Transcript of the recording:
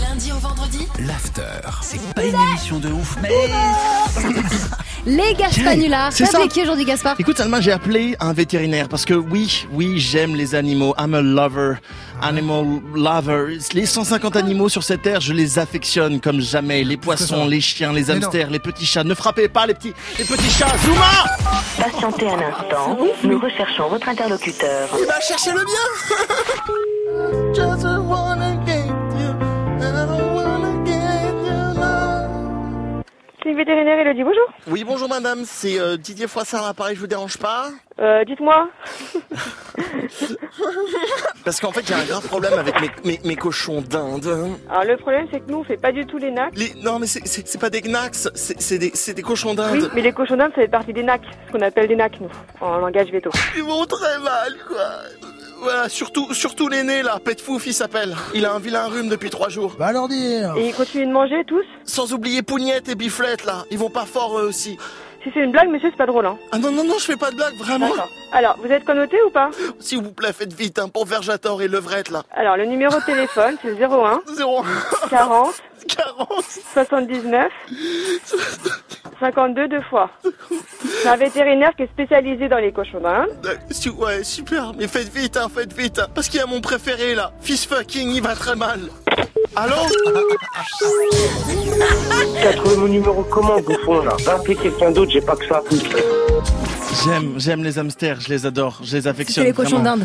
lundi au vendredi L'after, c'est pas une émission de ouf, mais Les Gaspanulars. C'est T'as ça. appelé qui aujourd'hui, Gaspard Écoute Salma, j'ai appelé un vétérinaire parce que oui, oui, j'aime les animaux. I'm a lover, animal lover. Les 150 animaux sur cette terre, je les affectionne comme jamais. Les poissons, les chiens, les hamsters, les petits chats. Ne frappez pas les petits, les petits chats. Zouma Patientez un instant, nous recherchons votre interlocuteur. il va chercher le bien. Le vétérinaire, il a dit bonjour. Oui, bonjour madame, c'est euh, Didier Froissart à l'appareil, je vous dérange pas Euh, dites-moi. Parce qu'en fait, j'ai un grave problème avec mes, mes, mes cochons d'Inde. Alors, le problème, c'est que nous, on fait pas du tout les nacs. Les- non, mais c'est- c'est c'est pas des gnax, c'est c'est des, c'est des cochons Oui, d'Inde. mais les cochons d'Inde, ça fait partie des nacs. Ce qu'on appelle des nacs, nous, en langage veto. Ils vont très mal, quoi. Voilà, surtout, surtout l'aîné, là, pète fouf, il s'appelle. Il a un vilain rhume depuis trois jours. Va leur dire. Et ils continuent de manger, tous. Sans oublier Pougnette et Biflette, là. Ils vont pas fort, eux aussi. Si c'est une blague, monsieur, c'est pas drôle, hein. Ah non, non, non, je fais pas de blague, vraiment. D'accord. Alors, vous êtes connoté ou pas S'il vous plaît, faites vite, hein, pour Verjator et Levrette, là. Alors, le numéro de téléphone, c'est le 01 0 40 40 79 52 deux fois. C'est un vétérinaire qui est spécialisé dans les cochons d'Inde. Si- Ouais, super, mais faites vite, hein, faites vite. hein, parce qu'il y a mon préféré, là. Fils fucking, il va très mal. Allô T'as trouvé mon numéro comment, bouffon, là Va appeler quelqu'un d'autre, j'ai pas que ça. J'aime, j'aime les hamsters, je les adore, je les C'était les cochons d'Inde.